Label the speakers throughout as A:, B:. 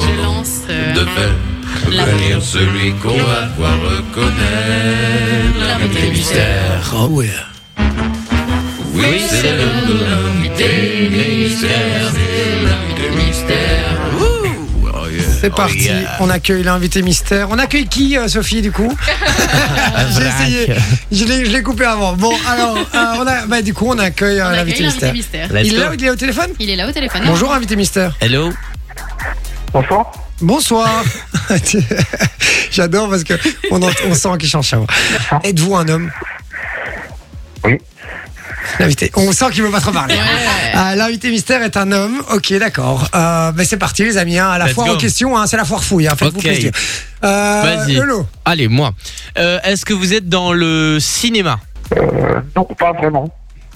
A: pense. euh,
B: faire
A: la-
B: venir celui qu'on va voir reconnaître
A: L'homme des mystères.
C: Oh ouais.
B: Oui, c'est l'homme de l'homme des mystères, c'est l'homme des mystères. Ouh, oh yeah,
C: C'est
B: oh
C: parti,
D: euh,
B: yeah.
C: on accueille l'invité mystère. On accueille qui, euh, Sophie, du coup J'ai essayé, je l'ai- je l'ai coupé avant. Bon, alors, euh, on a, bah, du coup, on accueille euh,
A: On accueille
C: l'invité
A: l'invité
C: mystère.
A: mystère.
C: Il est là, il est au téléphone
A: Il est là au téléphone.
C: Bonjour, invité mystère.
D: Hello.
E: Bonsoir.
C: Bonsoir. J'adore parce que on, ent- on sent qu'il change sa voix. Êtes-vous un homme
E: Oui.
C: L'invité, on sent qu'il veut pas trop parler. hein.
A: Ouais.
C: Ah, L'invité mystère est un homme. Ok, d'accord. Euh, ben c'est parti, les amis. hein. À la
D: Let's
C: foire
D: go.
C: aux questions, hein, c'est la foire fouille. Hein. Faites-vous
D: Ok.
C: plaisir. Euh,
D: Vas-y.
C: Lolo,
D: Allez, moi. Euh, Est-ce que vous êtes dans le cinéma
E: Euh, non, pas vraiment.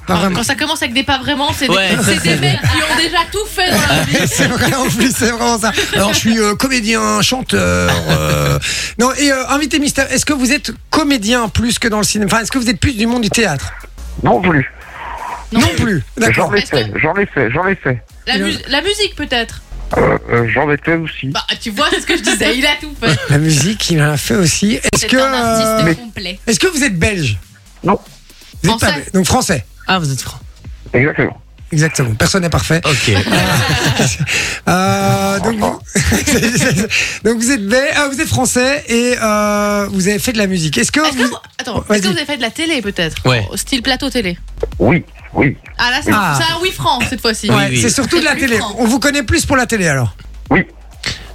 C: pas vraiment.
A: Quand ça commence avec des pas vraiment, c'est des,
D: Ouais.
A: c'est des mecs qui ont déjà tout fait dans la vie.
C: c'est vrai, en plus, c'est vraiment ça. Alors, je suis euh, comédien, chanteur. euh, Non, et euh, invité mystère, est-ce que vous êtes comédien plus que dans le cinéma Enfin, est-ce que vous êtes plus du monde du théâtre
E: Non plus.
A: Non.
C: plus. D'accord.
E: J'en ai
A: Est-ce
E: fait, j'en ai fait, j'en ai fait.
A: La, mu- la musique peut-être.
E: Euh, euh, j'en ai fait aussi.
A: Bah tu vois, c'est ce que je disais, il a tout fait.
C: La musique, il en a fait aussi. Est-ce
A: C'est
C: que,
A: un
C: euh,
A: artiste
E: mais-
A: complet.
C: est-ce que vous êtes belge
E: Non.
C: Vous êtes pas
A: Français.
C: belge, donc français.
D: Ah, vous êtes franc.
E: Exactement.
C: Exactement. Personne n'est parfait.
A: Oh.
D: Ok.
C: Euh, donc, vous... donc vous êtes belge, ah, vous êtes français et euh, vous avez fait de la musique. Est-ce que,
A: Est-ce que
C: vous-
A: vous... Attends,
C: oh, Vas-y.
A: est-ce que vous avez fait de la télé peut-être
D: Ouais.
A: Au Style plateau télé.
E: Oui, oui,
A: Ah là, c'est
C: Ah.
A: c'est un oui franc cette fois-ci.
C: Ouais,
D: oui.
C: c'est surtout de la
A: Plus
C: télé.
A: grand.
C: On vous connaît plus pour la télé alors.
E: oui.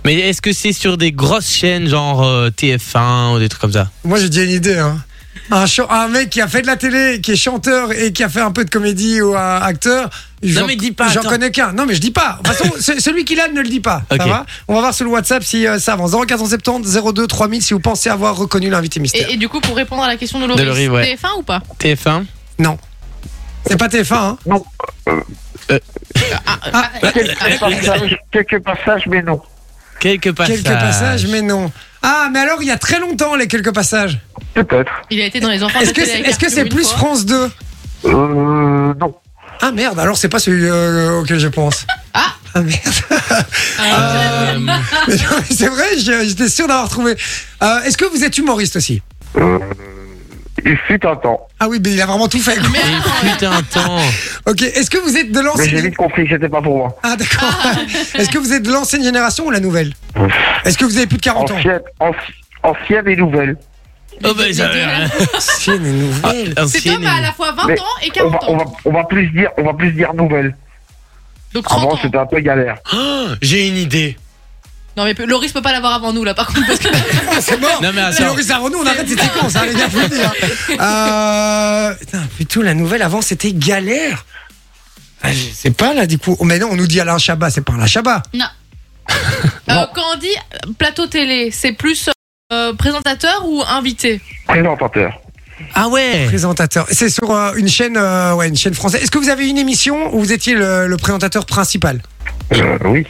D: Mais est-ce que c'est sur des grosses chaînes genre euh, TF1 ou des trucs comme ça
C: Moi j'ai déjà une idée. Hein. Un, chan- un mec qui a fait de la télé, qui est chanteur et qui a fait un peu de comédie ou un acteur. j'en-
D: mais dis pas,
C: J'en
D: attends.
C: connais qu'un. Non, mais je dis pas. De toute façon, ce- celui qui l'a ne le dit pas. Ça
D: Ok.
C: va On va voir sur le WhatsApp si euh, ça avance. 0470 02 3000 si vous pensez avoir reconnu l'invité mystère.
A: Et, et du coup, pour répondre à la question de Laurie,
D: De Laurie, ouais.
A: TF1 ou pas
D: TF1
C: Non. C'est pas TF1. Hein.
E: Quelques passages, quelques passages, mais non.
D: Quelques passages.
C: Quelques passages, mais non. Ah, mais alors il y a très longtemps les quelques passages.
E: Peut-être.
A: Il a été dans les enfants. de
C: Est-ce
A: Ah, la télé
C: que c'est
A: avec
C: est-ce que
A: Arthur
C: c'est
A: une
C: plus
A: fois.
C: France 2
E: Euh, non.
C: Ah merde, alors c'est pas celui euh, auquel je pense.
A: Ah.
C: Ah merde.
D: Euh,
C: Mais non, mais c'est vrai, je- j'étais sûr d'avoir trouvé. Euh, Est-ce que vous êtes humoriste aussi
E: Euh, il fut un temps.
C: Ah oui, mais il a vraiment tout fait. quoi.
A: Mais
D: mais putain, temps.
C: Ok, est-ce que vous êtes de
E: Mais j'ai
C: l'ancienne
E: vite compris que c'était pas pour moi.
C: Ah d'accord. Est-ce que vous êtes de l'ancienne génération ou la nouvelle Est-ce que vous avez plus de 40 ans
E: Ancienne, anci- ancienne et nouvelle.
D: Oh, bah, ça-
C: Ancienne et
D: Ah,
C: nouvelle.
A: Cet
D: ancienne
A: homme a à la fois 20
E: Mais
A: ans et
E: On
A: 40
E: va, on
A: ans.
E: va, on va plus dire, on va plus dire nouvelle.
A: Donc 30
E: Avant,
A: ans.
E: c'était un peu galère.
D: Ah, J'ai une idée.
A: Non, mais Loris peut pas l'avoir avant nous là par contre. Parce que...
C: Ah, c'est mort
D: Non, mais
C: C'est
D: attends.
C: Loris Arnaud, on arrête cette séquence, hein, les gars, faut le dire. Euh, putain, plutôt la nouvelle avant, c'était galère. Ah, je sais pas, là, du coup. Oh, mais non, on nous dit Alain Chabat, c'est pas Alain Chabat.
A: Euh, quand on dit euh, plateau télé, c'est plus euh, présentateur ou invité
E: Présentateur.
D: Ah ouais.
C: Présentateur. C'est sur euh, une chaîne, euh, ouais, une chaîne française. Est-ce que vous avez une émission où vous étiez le, le présentateur principal
E: Euh, oui.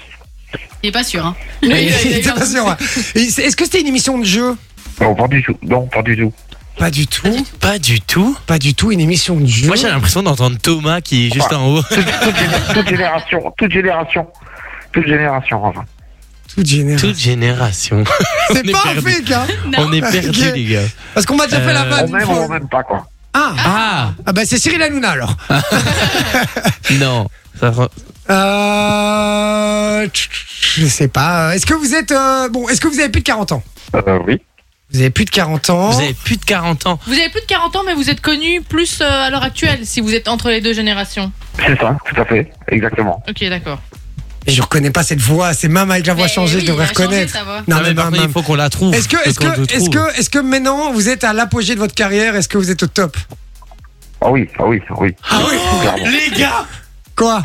A: Il est pas sûr. Hein.
C: J'étais pas sûr, ouais. Et c'est- Est-ce que c'était une émission de jeu
E: Non, pas du tout. Non, pas du tout.
C: Pas du tout.
D: Pas du tout.
C: Pas du tout, une émission de jeu.
D: Moi j'ai l'impression d'entendre Thomas qui est juste en haut.
E: Toute, toute géné- toute génération, toute génération, toute génération, enfin.
C: Toute génération.
D: Toute génération.
C: C'est
D: on est
C: pas un
D: perdu.
C: fake, hein
D: On est perdu
C: Ok.
D: les gars.
C: Parce qu'on m'a déjà fait la
D: Euh,
C: vanne.
E: On
C: une
E: même
C: fois.
E: ou on même pas, quoi.
C: Ah,
D: Ah
C: ah bah c'est Cyril Hanouna alors.
D: non. Ça re-
C: Euh, tch, tch, je sais pas. Est-ce que vous êtes euh, bon Est-ce que vous avez plus de 40 ans
E: Euh, oui.
C: Vous avez plus de 40 ans.
D: Vous avez plus de 40 ans.
A: Vous avez plus de 40 ans, mais vous êtes connu plus euh, à l'heure actuelle si vous êtes entre les deux générations.
E: C'est ça, tout à fait. Exactement.
A: Ok, d'accord.
C: Mais je reconnais pas cette voix. C'est même avec la voix
A: Mais
C: changée,
A: Eh oui,
C: je
A: il
C: devrais
A: a changé
C: reconnaître.
A: sa voix.
D: Non, mais par
C: même,
D: contre,
C: même.
D: il faut qu'on la trouve.
C: Est-ce que,
D: Faut
C: est-ce
D: qu'on le
C: que,
D: trouve.
C: est-ce que, est-ce que maintenant vous êtes à l'apogée de votre carrière Est-ce que vous êtes au top
E: Ah oui, ah oui, ah oui.
D: Ah oui.
E: Clairement.
D: Les gars,
C: Quoi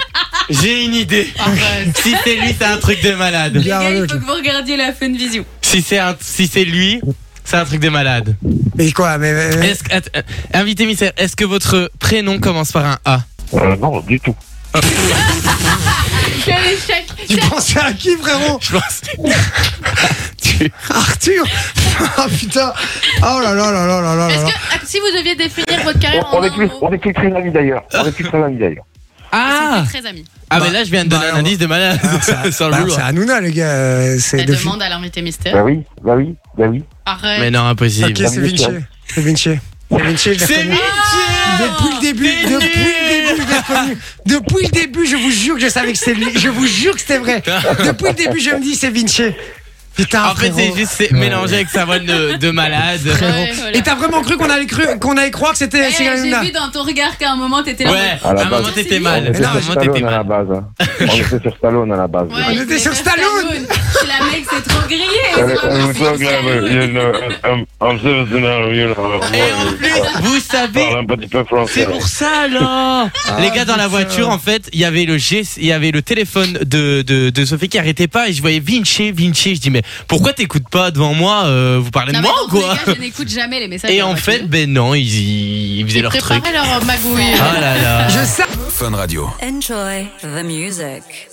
D: j'ai une idée.
A: Arrête.
D: Si c'est lui, c'est un truc de malade.
C: Les gars, il faut que
A: vous regardiez la fun vision.
D: Si c'est un- si c'est lui, c'est un truc de malade.
C: Mais quoi Mais, mais- mais-
D: Est-ce que- att- euh, invité mystère, est-ce que votre prénom commence par un A
E: Euh, non, du tout.
A: Quel échec
C: tu pensais à qui, frérot
D: Je pense.
C: Arthur Ah putain Oh là là là là là là là.
A: Est-ce que ah, si vous deviez définir votre
E: On,
A: carrière
E: on
A: en
E: est
A: un
E: plus,
A: mot
E: on est plus très amis d'ailleurs. On est plus très amis d'ailleurs.
D: Ah
F: Ils sont très amis.
D: Ah,
C: Bah,
D: mais là, je viens de donner
C: bah,
D: un indice de malade.
C: Alors, c'est-
D: Sans le
C: bah,
D: vouloir.
C: c'est Hanouna, les gars. euh, C'est
F: Elle
C: de film.
F: demande à l'invité mystère.
E: Bah oui, bah oui, bah oui.
F: Arrête.
D: Mais non, impossible.
C: Ok, c'est Vinci. C'est Vinci. C'est Vinci, je l'ai
D: C'est
C: reconnu. Depuis le début,
D: T'es
C: depuis le début, je l'ai reconnu. Depuis le début, je vous jure que je savais que c'était lui. Je vous jure que c'était vrai. Depuis le début, je me dis c'est Vinci. Putain,
D: En fait, c'est
C: frérot.
D: juste c'est mélangé avec sa voix de, de malade.
C: Frérot.
F: Ouais, voilà.
C: Et t'as vraiment cru qu'on allait, cru- qu'on allait croire que
F: Eh,
C: c'était c'est Hanouna
F: J'ai vu dans ton regard qu'à un moment t'étais là.
D: Ouais,
E: À la
D: à un
E: base.
D: moment t'étais
E: On
D: mal.
E: était
D: À un
E: sur
D: moment t'étais
E: Stallone à la
D: mal.
E: base. hein. On était sur Stallone à la base.
F: Ouais,
C: On
F: il
C: était sur
F: voulait faire
C: Stallone.
F: C'est la mec, c'est trop grillé.
E: I'm
F: c'est vraiment
E: so
F: sur
E: glad
F: Stallone.
E: you know, I'm- I'm so glad you know.
D: Et en plus, vous savez,
E: Parle un petit peu français.
D: C'est pour ça là Les gars dans la
C: putain.
D: voiture en fait il y avait le geste- il y avait le téléphone de, de, de Sophie qui arrêtait pas et je voyais Vinci Vinci je dis mais pourquoi t'écoutes pas devant moi euh, vous parlez
F: Non,
D: de
F: mais
D: moi
F: dans
D: ou
F: tous les
D: quoi
F: cas, je n'écoute jamais les messages.
D: Et
F: de
D: en
F: voiture.
D: fait ben non ils, ils faisaient
A: Ils
D: leur truc.
A: préparaient leur magouille.
D: Ah là là
C: Je sais.
G: Enjoy the music.